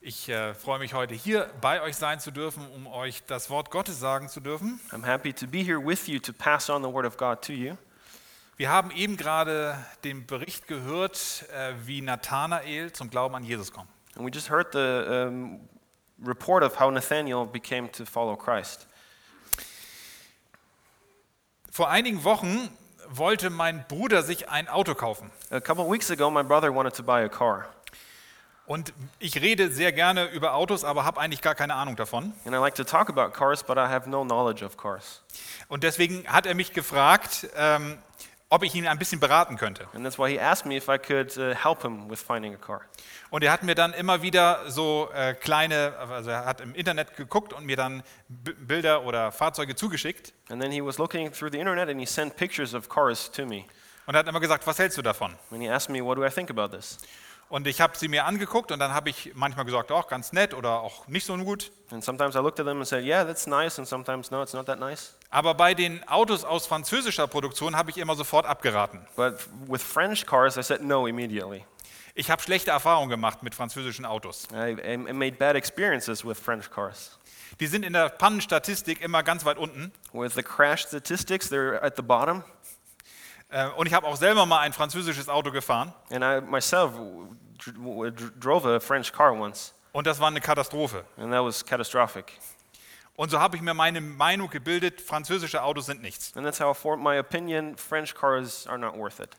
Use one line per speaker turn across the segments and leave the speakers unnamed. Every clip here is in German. Ich äh, freue mich heute hier bei euch sein zu dürfen, um euch das Wort Gottes sagen zu dürfen.
I'm happy to be here with you to pass on the Word of God to you.
Wir haben eben gerade den Bericht gehört, äh, wie Nathanael zum Glauben an Jesus kommt.
And we just heard the um, report of how Nathaniel became to follow Christ.
Vor einigen Wochen wollte mein Bruder sich ein Auto kaufen.
A couple of weeks ago, my brother wanted to buy a car.
Und ich rede sehr gerne über Autos, aber habe eigentlich gar keine Ahnung davon.
And I like to talk about cars, but I have no knowledge of cars.
Und deswegen hat er mich gefragt, ähm, ob ich ihn ein bisschen beraten könnte.
And that's why he asked me if I could uh, help him with finding a car.
Und er hat mir dann immer wieder so äh, kleine, also er hat im Internet geguckt und mir dann B Bilder oder Fahrzeuge zugeschickt
And then he was looking through the internet and he sent pictures of cars to me.
und hat immer gesagt, was hältst du davon?
And he asked me, What do I think about this?
Und ich habe sie mir angeguckt und dann habe ich manchmal gesagt, auch ganz nett oder auch nicht so gut.
And sometimes I looked at them and said, Yeah, that's nice. And sometimes, No, it's not that nice.
Aber bei den Autos aus französischer Produktion habe ich immer sofort abgeraten.
But f- with French cars, I said no immediately.
Ich habe schlechte Erfahrungen gemacht mit französischen Autos.
I, I I made bad experiences with French cars.
Die sind in der Pannenstatistik immer ganz weit unten.
With the crash statistics, they're at the bottom.
Äh, Und ich habe auch selber mal ein französisches Auto gefahren
And I myself w- dr- w- dr- drove a French car once,
und das war eine Katastrophe.
and that was catastrophic.
Und so habe ich mir meine Meinung gebildet, französische Autos sind nichts.
And that's how I formed my opinion French cars are not worth it.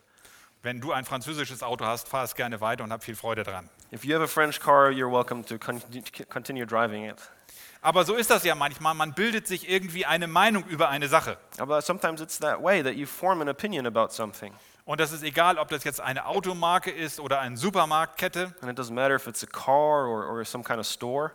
Wenn du ein französisches Auto hast, fahr es gerne weiter und hab viel Freude dran.
If you have a French car, you're welcome to con- continue driving it.
Aber so ist das ja manchmal, man bildet sich irgendwie eine Meinung über eine Sache.
But sometimes it's that way that you form an opinion about something.
Und das ist egal, ob das jetzt eine Automarke ist oder eine Supermarktkette.
And it doesn't matter if it's a car or, or some kind of store.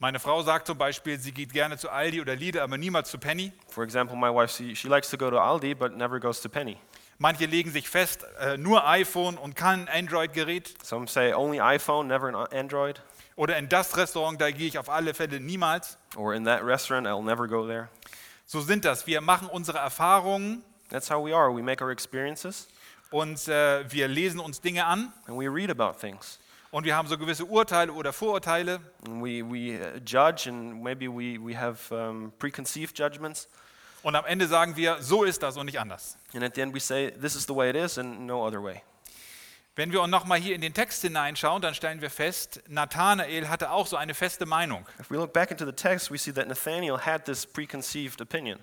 Meine Frau sagt zum Beispiel, sie geht gerne zu Aldi oder Lidl, aber niemals zu Penny.
For example, my wife, she, she likes to go to Aldi, but never goes to Penny.
Manche legen sich fest, äh, nur iPhone und kein Android-Gerät.
Some say only iPhone, never an a- Android.
Oder in das Restaurant, da gehe ich auf alle Fälle niemals.
Or in that restaurant, I'll never go there.
So sind das. Wir machen unsere Erfahrungen
That's how we are. We make our experiences
und äh, wir lesen uns Dinge an
and we read about things.
und wir haben so gewisse Urteile oder Vorurteile.
And we, we uh, judge and maybe we, we have um, preconceived judgments.
Und am Ende sagen wir, so ist das und nicht anders.
And at the end, we say, this is the way it is and no other way.
Wenn wir nochmal hier in den Text hineinschauen, dann stellen wir fest, Nathanael hatte auch so eine feste Meinung.
If we look back into the text, we see that Nathaniel had this preconceived opinion.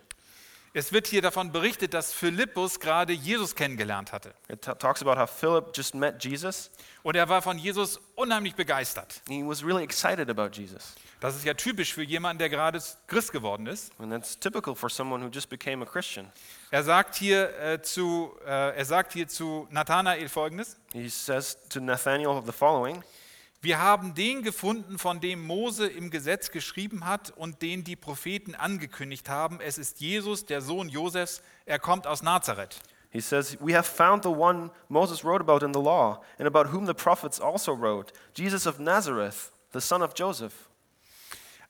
Es wird hier davon berichtet, dass Philippus gerade Jesus kennengelernt hatte.
It t- talks about how Philip just met Jesus.
Und er war von Jesus unheimlich begeistert.
And he was really excited about Jesus.
Das ist ja typisch für jemanden, der gerade Christ geworden ist.
And that's typical for someone who just became a Christian.
Er sagt hier, äh, zu, äh, er sagt hier zu Nathanael folgendes:
He says to Nathaniel the following
Wir haben den gefunden, von dem Mose im Gesetz geschrieben hat und den die Propheten angekündigt haben. Es ist Jesus, der Sohn Josefs. Er kommt aus Nazareth.
He says, We have found the one Moses wrote about in the law, and about whom the prophets also wrote, Jesus of Nazareth, the son of Joseph.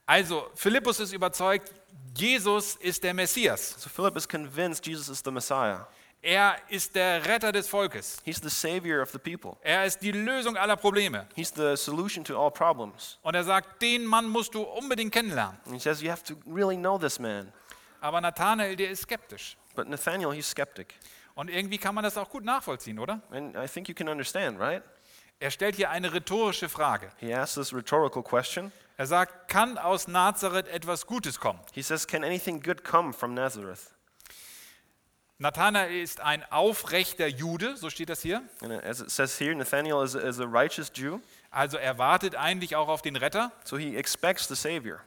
Also, Philippus ist überzeugt, Jesus ist der Messias.
So Philip is convinced Jesus is the Messiah.
Er ist der Retter des Volkes.
He's the savior of the people,
Er ist die Lösung aller Probleme.
he's the solution to all problems.
Und er sagt, den Mann musst du unbedingt kennenlernen.
And he says, You have to really know this man.
Aber Nathanael, der ist skeptisch.
But Nathaniel, he's skeptic.
Und irgendwie kann man das auch gut nachvollziehen, oder?
And I think you can understand, right?
Er stellt hier eine rhetorische Frage.
He asks this rhetorical question.
Er sagt, kann aus Nazareth etwas Gutes kommen?
He says, Can anything good come from Nazareth?
Nathanael ist ein aufrechter Jude, so steht das hier.
And as it says here, Nathaniel is, is a righteous Jew,
Also er wartet eigentlich auch auf den Retter.
so he expects the savior.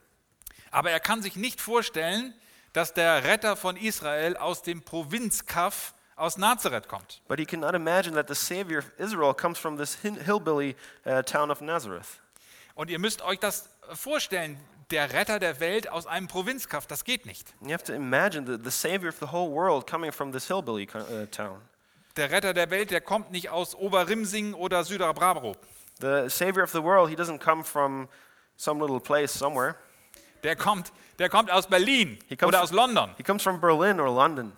Aber er kann sich nicht vorstellen, dass der Retter von Israel aus dem Provinzkaff aus Nazareth kommt.
But he cannot imagine that the Savior of Israel comes from this hin- hillbilly uh, town of Nazareth.
Und ihr müsst euch das vorstellen, der Retter der Welt aus einem Provinzkaff, das geht nicht.
You have to imagine the, the Savior of the whole world coming from this hillbilly co- uh, town.
Der Retter der Welt, der kommt nicht aus Oberrimsing oder Süderbrabro.
The Savior of the world, he doesn't come from some little place somewhere.
Der kommt, der kommt aus Berlin
He comes
oder aus London.
He comes from Berlin or London.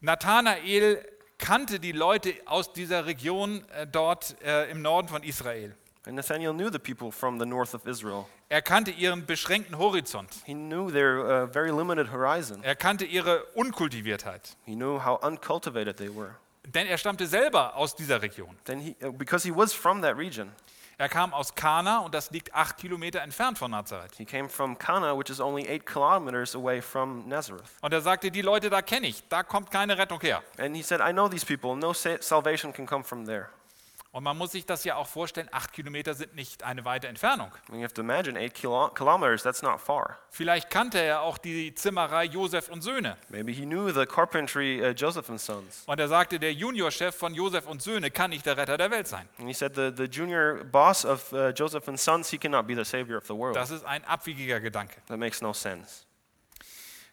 Nathanael kannte die Leute aus dieser Region äh, dort äh, im Norden von Israel.
And Nathanael knew the people from the north of Israel.
Er kannte ihren beschränkten Horizont.
He knew their uh, very limited horizon.
Er kannte ihre Unkultiviertheit.
He knew how uncultivated they were.
Denn er stammte selber aus dieser Region.
Then he, uh, because he was from that region,
Er kam aus Kana und das liegt acht Kilometer entfernt von Nazareth.
he came from Cana, which is only eight kilometers away from Nazareth.
Und er sagte, die Leute da kenne ich, da kommt keine Rettung her.
And he said, I know these people. No sa- salvation can come from there.
Und man muss sich das ja auch vorstellen, acht Kilometer sind nicht eine weite Entfernung.
And you have to imagine eight kilo- kilometers, that's not far.
Vielleicht kannte er auch die Zimmerei Josef und Söhne.
Maybe he knew the carpentry uh, Joseph and sons.
Und er sagte, der Juniorchef von Josef und Söhne kann nicht der Retter der Welt sein.
And he said, the, the junior boss of uh, Joseph and sons, he cannot be the savior of the world.
Das ist ein abwegiger Gedanke.
that makes no sense.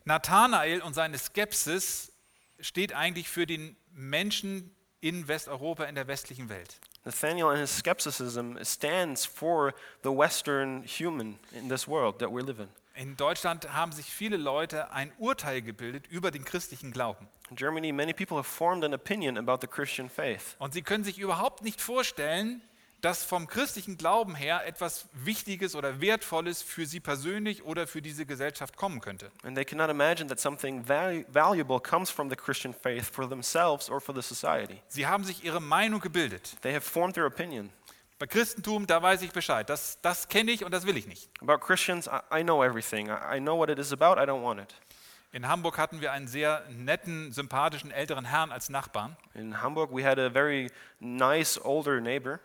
Nathanael und seine Skepsis steht eigentlich für den Menschen in Westeuropa, in der westlichen Welt.
Nathaniel and his skepticism stands for the Western human in this world that we live in.
In Deutschland haben sich viele Leute ein Urteil gebildet über den christlichen Glauben.
In Germany, many people have formed an opinion about the Christian faith.
Und sie können sich überhaupt nicht vorstellen, dass vom christlichen Glauben her etwas Wichtiges oder Wertvolles für sie persönlich oder für diese Gesellschaft kommen könnte.
And they cannot imagine that something valu- valuable comes from the Christian faith for themselves or for the society.
Sie haben sich ihre Meinung gebildet.
They have formed their opinion.
Bei Christentum, da weiß ich Bescheid. Das, das kenne ich und das will ich nicht.
About Christians, I, I know everything. I, I know what it is about. I don't want it.
In Hamburg hatten wir einen sehr netten, sympathischen älteren Herrn als Nachbarn.
In Hamburg, we had a very nice older neighbor,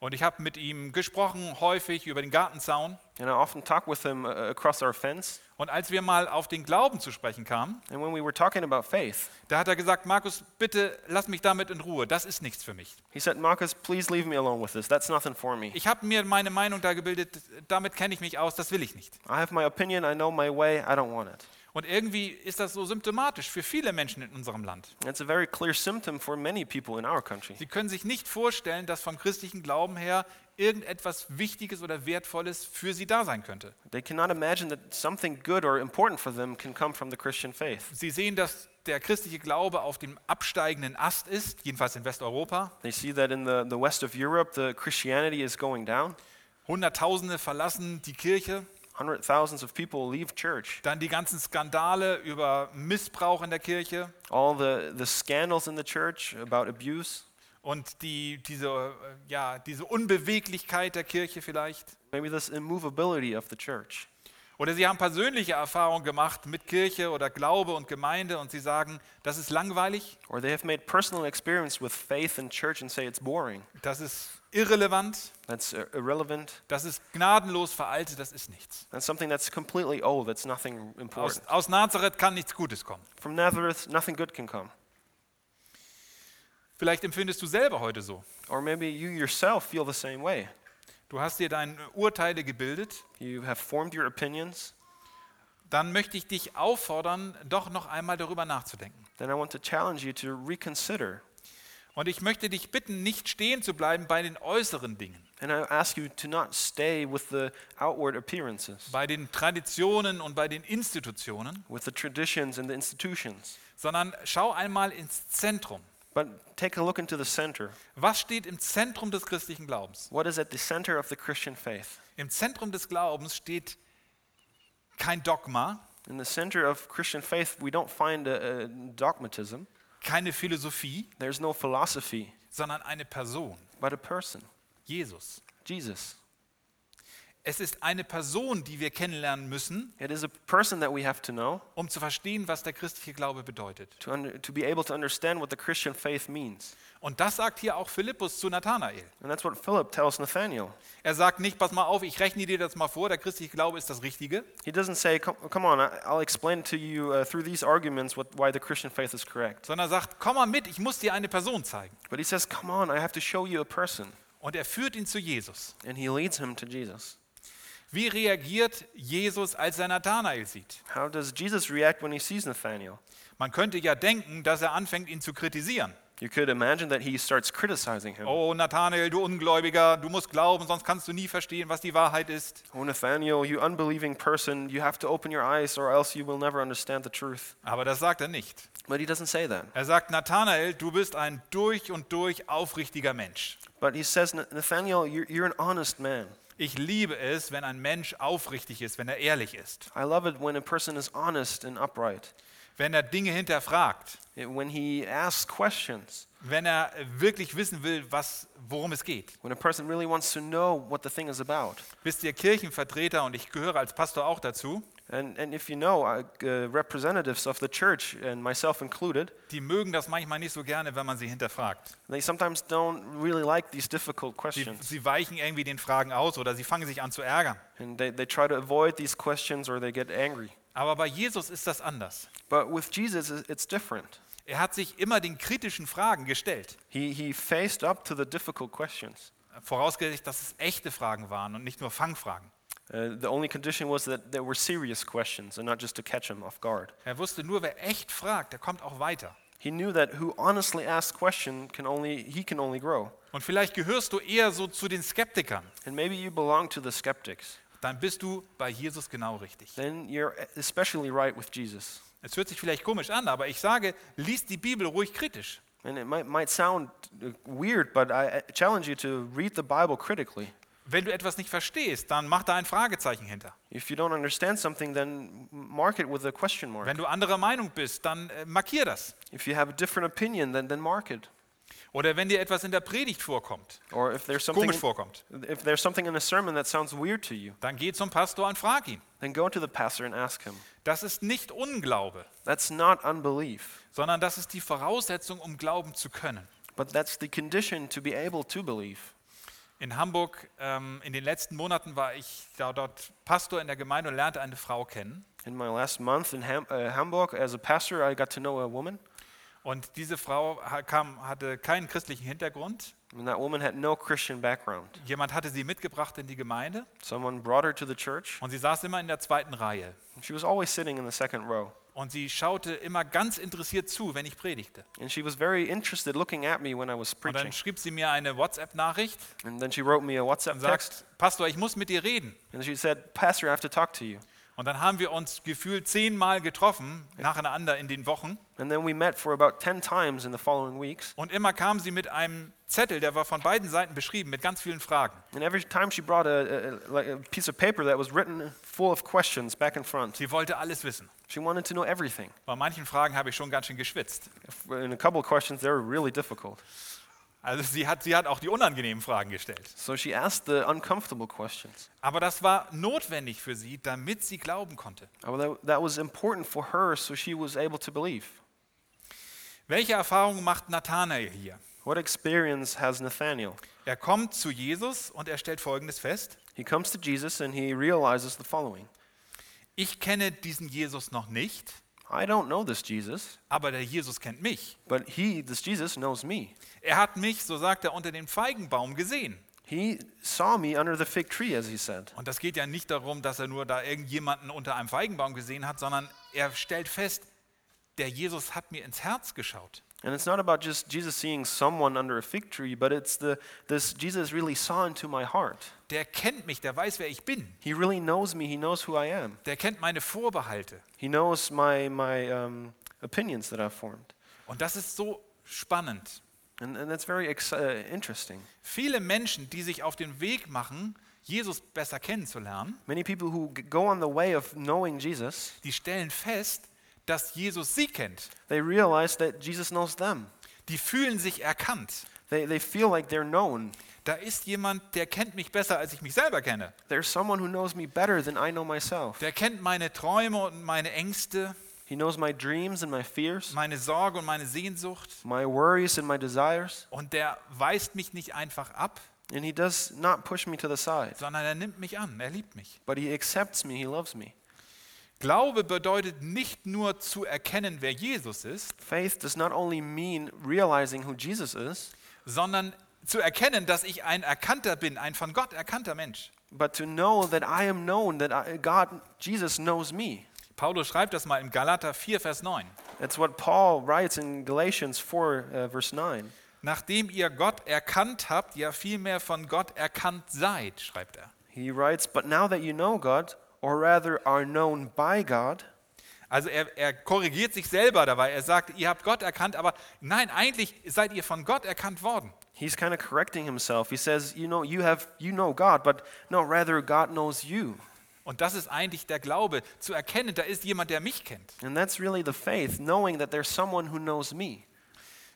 Und ich habe mit ihm gesprochen, häufig über den Gartenzaun.
and I often talked with him uh, across our fence.
Und als wir mal auf den Glauben zu sprechen kamen,
And when we were talking about faith,
da hat er gesagt, Markus, bitte lass mich damit in Ruhe. Das ist nichts für mich.
he said, Marcus, please leave me alone with this. That's nothing for me.
Ich habe mir meine Meinung da gebildet, damit kenne ich mich aus, das will ich nicht.
I have my opinion. I know my way. I don't want it.
Und irgendwie ist das so symptomatisch für viele Menschen in unserem Land.
It's a very clear symptom for many people in our country.
Sie können sich nicht vorstellen, dass vom christlichen Glauben her irgendetwas Wichtiges oder Wertvolles für sie da sein könnte.
They cannot imagine that something good or important for them can come from the Christian faith.
Sie sehen, dass der christliche Glaube auf dem absteigenden Ast ist, jedenfalls in Westeuropa.
They see that in the, the west of Europe, the Christianity is going down.
Hunderttausende verlassen die Kirche.
Hundred thousands of people leave church.
Dann die ganzen Skandale über Missbrauch in der Kirche
All the, the scandals in the church about abuse,
und die, diese, äh, ja, diese Unbeweglichkeit der Kirche vielleicht.
maybe this immovability of the church.
Oder sie haben persönliche Erfahrungen gemacht mit Kirche oder Glaube und Gemeinde und sie sagen, das ist langweilig,
Or they have made personal experience with faith and church and say it's boring.
das ist irrelevant,
That's ir- irrelevant.
das ist gnadenlos veraltet, das ist nichts.
That's something that's completely old. That's nothing
Aus,
important.
aus Nazareth kann nichts Gutes kommen.
From Nazareth, nothing good can come.
Vielleicht empfindest du selber heute so.
Or maybe you yourself feel the same way.
Du hast dir deine Urteile gebildet.
You have formed your opinions.
Dann möchte ich dich auffordern, doch noch einmal darüber nachzudenken.
Then I want to challenge you to reconsider.
Und ich möchte dich bitten, nicht stehen zu bleiben bei den äußeren Dingen,
And I ask you to not stay with the outward appearances,
bei den Traditionen und bei den Institutionen,
with the traditions and the institutions,
sondern schau einmal ins Zentrum.
but take a look into the center.
Was steht im Zentrum des christlichen Glaubens?
What is at the center of the Christian faith?
Im Zentrum des Glaubens steht kein Dogma,
In the center of Christian faith, we don't find a, a dogmatism.
keine Philosophie,
There's no philosophy,
sondern eine Person,
but a person,
Jesus.
Jesus.
Es ist eine Person, die wir kennenlernen müssen,
It is a person that we have to know
um zu verstehen, was der christliche Glaube bedeutet.
to, under, to be able to understand what the Christian faith means.
Und das sagt hier auch Philippus zu Nathanael.
And that's what Philip tells Nathaniel.
Er sagt nicht, pass mal auf, ich rechne dir das mal vor, der christliche Glaube ist das Richtige,
He doesn't say, come, come on, I- I'll explain to you uh, through these arguments what, why the Christian faith is correct.
sondern er sagt, komm mal mit, ich muss dir eine Person zeigen.
But he says, come on, I have to show you a person.
Und er führt ihn zu Jesus.
And he leads him to Jesus.
Wie reagiert Jesus, als er Nathanael sieht?
How does Jesus react when he sees Nathaniel?
Man könnte ja denken, dass er anfängt, ihn zu kritisieren.
You could imagine that he starts criticizing him.
Oh, Nathanael, du Ungläubiger, du musst glauben, sonst kannst du nie verstehen, was die Wahrheit ist.
Oh, Nathaniel, you unbelieving person, you have to open your eyes or else you will never understand the truth.
Aber das sagt er nicht.
But he doesn't say that.
Er sagt, Nathanael, du bist ein durch und durch aufrichtiger Mensch.
But he says, "Na- Nathaniel, you're, you're an honest man.
Ich liebe es, wenn ein Mensch aufrichtig ist, wenn er ehrlich ist,
I love it when a person is honest and upright,
wenn er Dinge hinterfragt,
It- when he asks questions,
wenn er wirklich wissen will, was, worum es geht.
when a person really wants to know what the thing is about.
Wisst ihr, Kirchenvertreter, und ich gehöre als Pastor auch dazu,
And, and if you know, uh, uh, representatives of the church, and myself included,
die mögen das manchmal nicht so gerne, wenn man sie hinterfragt.
they sometimes don't really like these difficult
Sie,
questions.
sie weichen irgendwie den Fragen aus oder sie fangen sich an zu ärgern.
And they, they try to avoid these questions or they get angry.
Aber bei Jesus ist das anders.
But with Jesus, it- it's different.
Er hat sich immer den kritischen Fragen gestellt,
He, he faced up to the difficult questions.
vorausgesetzt, dass es echte Fragen waren und nicht nur Fangfragen.
Uh, the only condition was that there were serious questions and not just to catch him off guard.
Er wusste nur, wer echt fragt, der kommt auch weiter.
He knew that who honestly asks question can only he can only grow.
Und vielleicht gehörst du eher so zu den Skeptikern.
And maybe you belong to the skeptics.
Dann bist du bei Jesus genau richtig.
Then you're especially right with Jesus.
Es hört sich vielleicht komisch an, aber ich sage, lies die Bibel ruhig kritisch.
And it might, might sound uh, weird, but I uh, challenge you to read the Bible critically.
Wenn du etwas nicht verstehst, dann mach da ein Fragezeichen hinter.
If you don't understand something, then mark it with a question mark.
Wenn du anderer Meinung bist, dann äh, markier das.
If you have a different opinion, then, then mark it.
Oder wenn dir etwas in der Predigt vorkommt,
Or if there's something
komisch vorkommt,
if there's something in a sermon that sounds weird to you,
dann geh zum Pastor und frag ihn.
then go to the pastor and ask him.
Das ist nicht Unglaube,
That's not unbelief,
sondern das ist die Voraussetzung, um glauben zu können.
but that's the condition to be able to believe.
In Hamburg, ähm, in den letzten Monaten war ich da, dort Pastor in der Gemeinde und lernte eine Frau kennen.
In my last month in Ham- uh, Hamburg as a pastor, I got to know a woman,
Und diese Frau ha- kam, hatte keinen christlichen Hintergrund.
and that woman had no Christian background.
Jemand hatte sie mitgebracht in die Gemeinde
Someone brought her to the church,
und sie saß immer in der zweiten Reihe.
and she was always sitting in the second row,
Und sie schaute immer ganz interessiert zu, wenn ich predigte.
and she was very interested looking at me when I was
Und dann
preaching.
schrieb sie mir eine WhatsApp-Nachricht
And then she wrote me a
und
WhatsApp text,
sagt, Pastor, ich muss mit dir reden.
and she said, "Pastor, I have to talk to you."
Und dann haben wir uns gefühlt zehnmal getroffen, nacheinander in den Wochen.
And then we met for about 10 times in the following weeks.
Und immer kam sie mit einem Zettel, der war von beiden Seiten beschrieben, mit ganz vielen Fragen.
And every time she brought a, a, a- like a piece of paper that was written full of questions back in front,
Sie wollte alles wissen.
she wanted to know everything.
Bei manchen Fragen habe ich schon ganz schön geschwitzt.
In a couple of questions, they were really difficult.
Also sie hat, sie hat auch die unangenehmen Fragen gestellt.
So she asked the uncomfortable questions.
Aber das war notwendig für sie, damit sie glauben konnte.
Uh, well, That, that was important for her, so she was able to believe.
Welche Erfahrungen macht Nathanael hier?
What experience has Nathaniel?
Er kommt zu Jesus und er stellt Folgendes fest.
He comes to Jesus and he realizes the following
Ich kenne diesen Jesus noch nicht,
I don't know this Jesus,
aber der Jesus kennt mich.
but he, this Jesus, knows me.
Er hat mich, so sagt er, unter dem Feigenbaum gesehen.
He saw me under the fig tree, as he said.
Und das geht ja nicht darum, dass er nur da irgendjemanden unter einem Feigenbaum gesehen hat, sondern er stellt fest, der Jesus hat mir ins Herz geschaut.
And it's not about just Jesus seeing someone under a fig tree, but it's the this Jesus really saw into my heart.
Der kennt mich, der weiß, wer ich bin.
He really knows me. He knows who I am.
Der kennt meine Vorbehalte.
He knows my my um, opinions that I've formed,
Und das ist so spannend.
and, and that's very ex- uh, interesting.
Viele Menschen, die sich auf den Weg machen, Jesus besser kennenzulernen,
Many people who g- go on the way of knowing Jesus,
die stellen fest, dass Jesus sie kennt.
they realize that Jesus knows them.
Die fühlen sich erkannt.
They they feel like they're known.
Da ist jemand, der kennt mich besser, als ich mich selber kenne.
There's someone who knows me better than I know myself.
Der kennt meine Träume und meine Ängste,
He knows my dreams and my fears,
meine Sorge und meine Sehnsucht.
my worries and my desires,
Und der weist mich nicht einfach ab,
and he does not push me to the side.
sondern er nimmt mich an, er liebt mich.
But he accepts me, he loves me.
Glaube bedeutet nicht nur zu erkennen, wer Jesus ist,
Faith does not only mean realizing who Jesus is,
sondern zu erkennen, dass ich ein Erkannter bin, ein von Gott erkannter Mensch.
but to know that I am known, that I, God, Jesus knows me.
Paulus schreibt das mal im Galater 4, Vers 9.
That's what Paul writes in Galatians 4, uh, verse 9.
Nachdem ihr Gott erkannt habt, ja vielmehr von Gott erkannt seid, schreibt er.
He writes, But now that you know God, or rather are known by God,
Also er, er korrigiert sich selber dabei. Er sagt, ihr habt Gott erkannt, aber nein, eigentlich seid ihr von Gott erkannt worden.
He's kind of correcting himself. He says, "You know, you have you know God, but no, rather God knows you."
Und das ist eigentlich der Glaube, zu erkennen, da ist jemand, der mich kennt.
And that's really the faith, knowing that there's someone who knows me.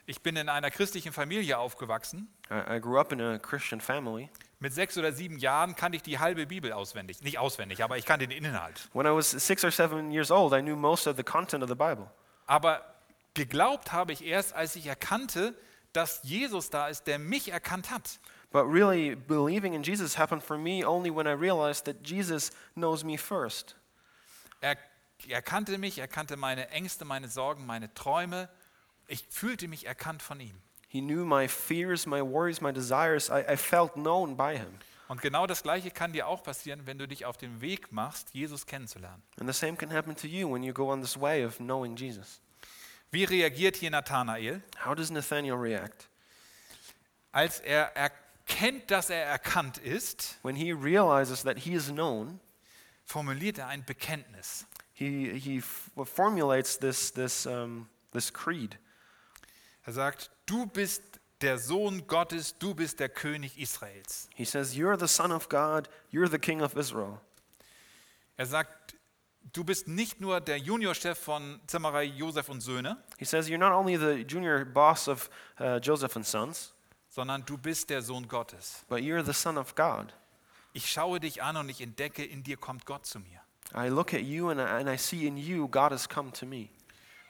Ich bin in einer christlichen Familie aufgewachsen.
I, I grew up in a Christian family.
Mit sechs oder sieben Jahren kannte ich die halbe Bibel auswendig. Nicht auswendig, aber ich kannte den Inhalt.
When I was six or seven years old, I knew most of the content of the Bible.
Aber geglaubt habe ich erst, als ich erkannte, dass Jesus da ist, der mich erkannt hat.
But really, believing in Jesus happened for me only when I realized that Jesus knows me first.
Er, er kannte mich, er kannte meine Ängste, meine Sorgen, meine Träume. Ich fühlte mich erkannt von ihm.
He knew my fears, my worries, my desires. I, I felt known by him.
Und genau das Gleiche kann dir auch passieren, wenn du dich auf den Weg machst, Jesus kennenzulernen.
And the same can happen to you when you go on this way of knowing Jesus.
Wie reagiert hier Nathanael?
How does Nathaniel react?
Als er erkennt, dass er erkannt ist,
When he realizes that he is known,
formuliert er ein Bekenntnis.
he, he f- formulates this, this, um, this creed.
Er sagt, du bist der Sohn Gottes, du bist der König Israels.
He says, You're the Son of God, you're the King of Israel.
Er sagt, du bist nicht nur der Juniorchef von Zimmerei Josef und Söhne,
He says, You're not only the junior boss of uh, Joseph and Sons,
sondern du bist der Sohn Gottes.
but you're the Son of God.
Ich schaue dich an und ich entdecke, in dir kommt Gott zu mir.
I look at you and I, and I see in you God has come to me.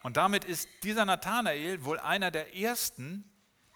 Und damit ist dieser Nathanael wohl einer der ersten,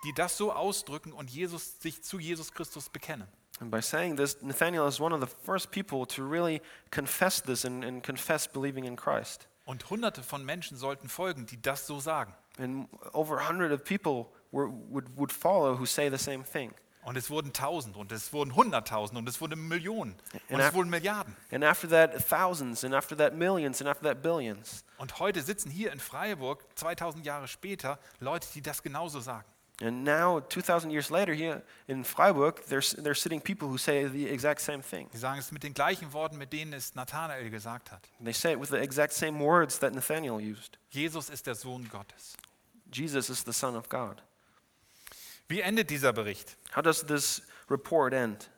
die das so ausdrücken und Jesus, sich zu Jesus Christus bekennen.
And by saying this, Nathaniel is one of the first people to really confess this and, and confess believing in Christ.
Und hunderte von Menschen sollten folgen, die das so sagen.
And over a hundred of people were, would, would follow who say the same thing.
Und es wurden Tausend und es wurden Hunderttausend und es wurden Millionen und
Ja.
es wurden Milliarden.
And after that, thousands, and after that, millions, and after that, billions.
Und heute sitzen hier in Freiburg 2000 Jahre später Leute, die das genauso sagen.
And now, 2,000 years later, here in Freiburg, there's, there's sitting people who say the exact same thing.
Die sagen es mit den gleichen Worten, mit denen es Nathanael gesagt hat.
They say it with the exact same words that Nathaniel used
Jesus ist der Sohn Gottes.
Jesus is the Son of God.
Wie endet dieser Bericht?
How does this report end?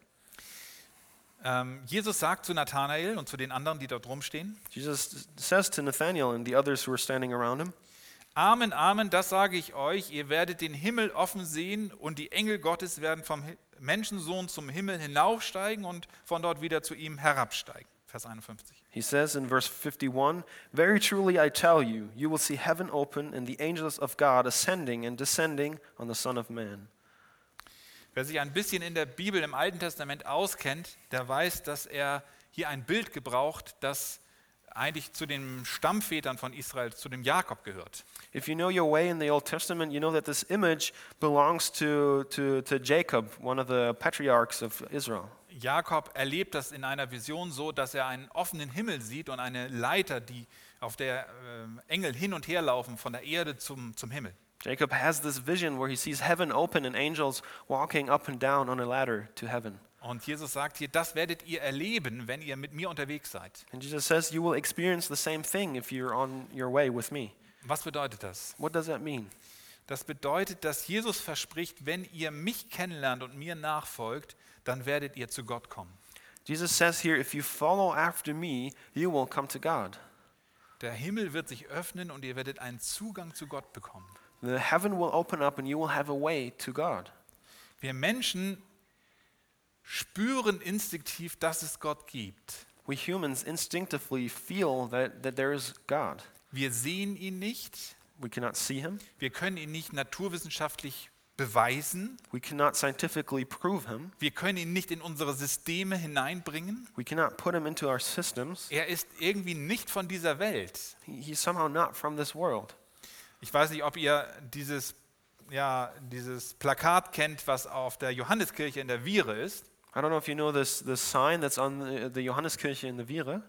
Ähm, Jesus sagt zu Nathanael und zu den anderen, die dort rumstehen,
Jesus says to Nathaniel and the others who are standing around him,
Amen, Amen, das sage ich euch, ihr werdet den Himmel offen sehen und die Engel Gottes werden vom Hi- Menschensohn zum Himmel hinaufsteigen und von dort wieder zu ihm herabsteigen. Vers 51.
He says in verse 51 Very truly I tell you, you will see heaven open and the angels of God ascending and descending on the Son of Man.
Wer sich ein bisschen in der Bibel im Alten Testament auskennt, der weiß, dass er hier ein Bild gebraucht, das eigentlich zu den Stammvätern von Israel, zu dem Jakob gehört.
If you know your way in the Old Testament, you know that this image belongs to, to, to Jacob, one of the patriarchs of Israel.
Jakob erlebt das in einer Vision so, dass er einen offenen Himmel sieht und eine Leiter, die auf der ähm, Engel hin und her laufen von der Erde zum, zum Himmel.
Jacob has this vision where he sees heaven open and angels walking up and down on a ladder to heaven.
Und Jesus sagt hier, das werdet ihr erleben, wenn ihr mit mir unterwegs seid.
And Jesus says, You will experience the same thing if you're on your way with me.
Was bedeutet das?
What does that mean?
Das bedeutet, dass Jesus verspricht, wenn ihr mich kennenlernt und mir nachfolgt, dann werdet ihr zu Gott kommen.
Jesus says here, If you follow after me, you will come to God.
Der Himmel wird sich öffnen und ihr werdet einen Zugang zu Gott bekommen.
The heaven will open up and you will have a way to God.
Wir Menschen spüren instinktiv, dass es Gott gibt.
We humans instinctively feel that, that there is God.
Wir sehen ihn nicht,
We cannot see him,
wir können ihn nicht naturwissenschaftlich beweisen,
we cannot scientifically prove him,
wir können ihn nicht in unsere Systeme hineinbringen.
we cannot put him into our systems.
Er ist irgendwie nicht von dieser Welt.
He, he's somehow not from this world.
Ich weiß nicht, ob ihr dieses, ja, dieses Plakat kennt, was auf der Johanneskirche in der Viere ist.
I don't know if you know this, this sign that's on the, the Johanneskirche in the Viere.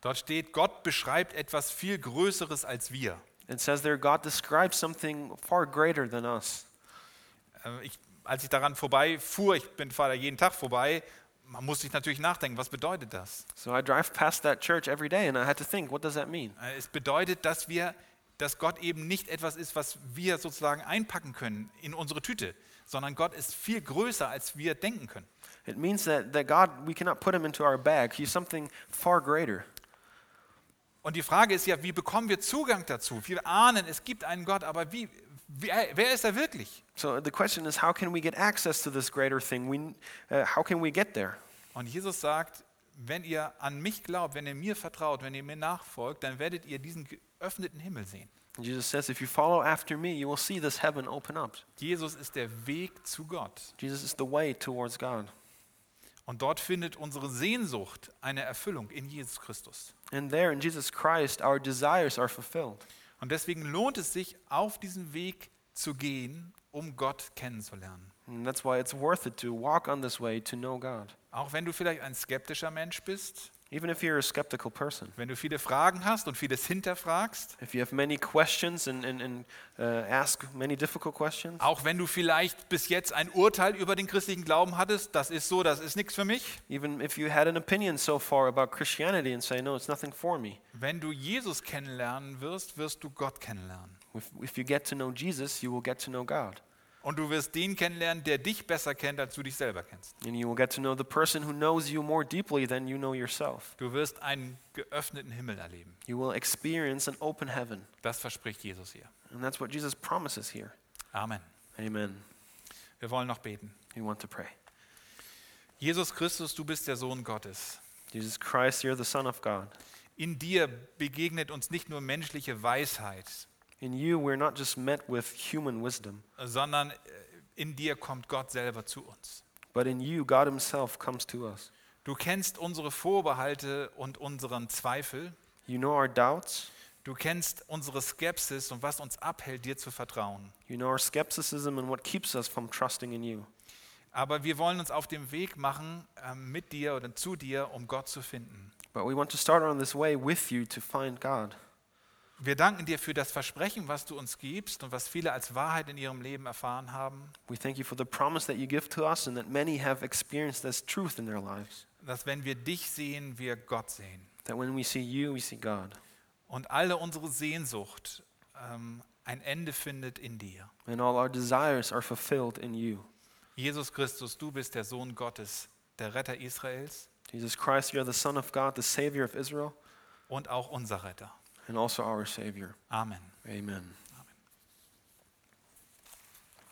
Dort steht, Gott beschreibt etwas viel Größeres als wir.
It says there, God describes something far greater than us.
Äh, Ich, als ich daran vorbeifuhr, ich bin fahre da jeden Tag vorbei, man muss sich natürlich nachdenken, was bedeutet das?
So I drive past that church every day and I had to think, what does that mean?
Äh, Es bedeutet, dass wir, dass Gott eben nicht etwas ist, was wir sozusagen einpacken können in unsere Tüte, sondern Gott ist viel größer, als wir denken können.
It means that, that God, we cannot put him into our bag. He's something far greater.
Und die Frage ist ja, wie bekommen wir Zugang dazu? Wir ahnen, es gibt einen Gott, aber wie, wer, wer ist er wirklich?
So the question is, how can we get access to this greater thing? We, uh, how can we get there?
Und Jesus sagt, wenn ihr an mich glaubt, wenn ihr mir vertraut, wenn ihr mir nachfolgt, dann werdet ihr diesen geöffneten Himmel sehen.
And Jesus says, if you follow after me, you will see this heaven open up.
Jesus ist der Weg zu Gott.
Jesus is the way towards God.
Und dort findet unsere Sehnsucht eine Erfüllung in Jesus Christus.
And there in Jesus Christ, our desires are fulfilled.
Und deswegen lohnt es sich, auf diesen Weg zu gehen, um Gott kennenzulernen.
And that's why it's worth it to walk on this way to know God.
Auch wenn du vielleicht ein skeptischer Mensch bist,
Even if you're a skeptical person,
wenn du viele Fragen hast und vieles hinterfragst,
if you have many questions and, and, and uh, ask many difficult questions,
auch wenn du vielleicht bis jetzt ein Urteil über den christlichen Glauben hattest, das ist so, das ist nichts für mich,
even if you had an opinion so far about Christianity and say, no, it's nothing for me,
wenn du Jesus kennenlernen wirst, wirst du Gott kennenlernen.
if, if you get to know Jesus, you will get to know God.
Und du wirst den kennenlernen, der dich besser kennt, als du dich selber kennst.
And you will get to know the person who knows you more deeply than you know yourself.
Du wirst einen geöffneten Himmel erleben.
You will experience an open heaven.
Das verspricht Jesus hier.
And that's what Jesus promises here.
Amen.
Amen.
Wir wollen noch beten.
We want to pray.
Jesus Christus, du bist der Sohn Gottes.
Jesus Christ, you're the Son of God.
In dir begegnet uns nicht nur menschliche Weisheit,
In you, we're not just met with human wisdom,
sondern äh, in dir kommt Gott selber zu uns.
but in you, God Himself comes to us.
Du kennst unsere Vorbehalte und unseren Zweifel.
You know our doubts,
Du kennst unsere Skepsis und was uns abhält, dir zu vertrauen.
you know our skepticism, and what keeps us from trusting in you.
Aber wir wollen uns auf dem Weg machen ähm, mit dir oder zu dir, um Gott zu finden.
But we want to start on this way with you to find God.
Wir danken dir für das Versprechen, was du uns gibst und was viele als Wahrheit in ihrem Leben erfahren haben,
We thank you for the promise that you give to us and that many have experienced as truth in their lives.
dass wenn wir dich sehen, wir Gott sehen.
That when we see you, we see God.
Und alle unsere Sehnsucht ähm, ein Ende findet in dir.
And all our desires are fulfilled in you.
Jesus Christus, du bist der Sohn Gottes, der Retter Israels
Jesus Christ, you're the Son of God, the Savior of Israel,
und auch unser Retter.
and also our Savior.
Amen.
Amen.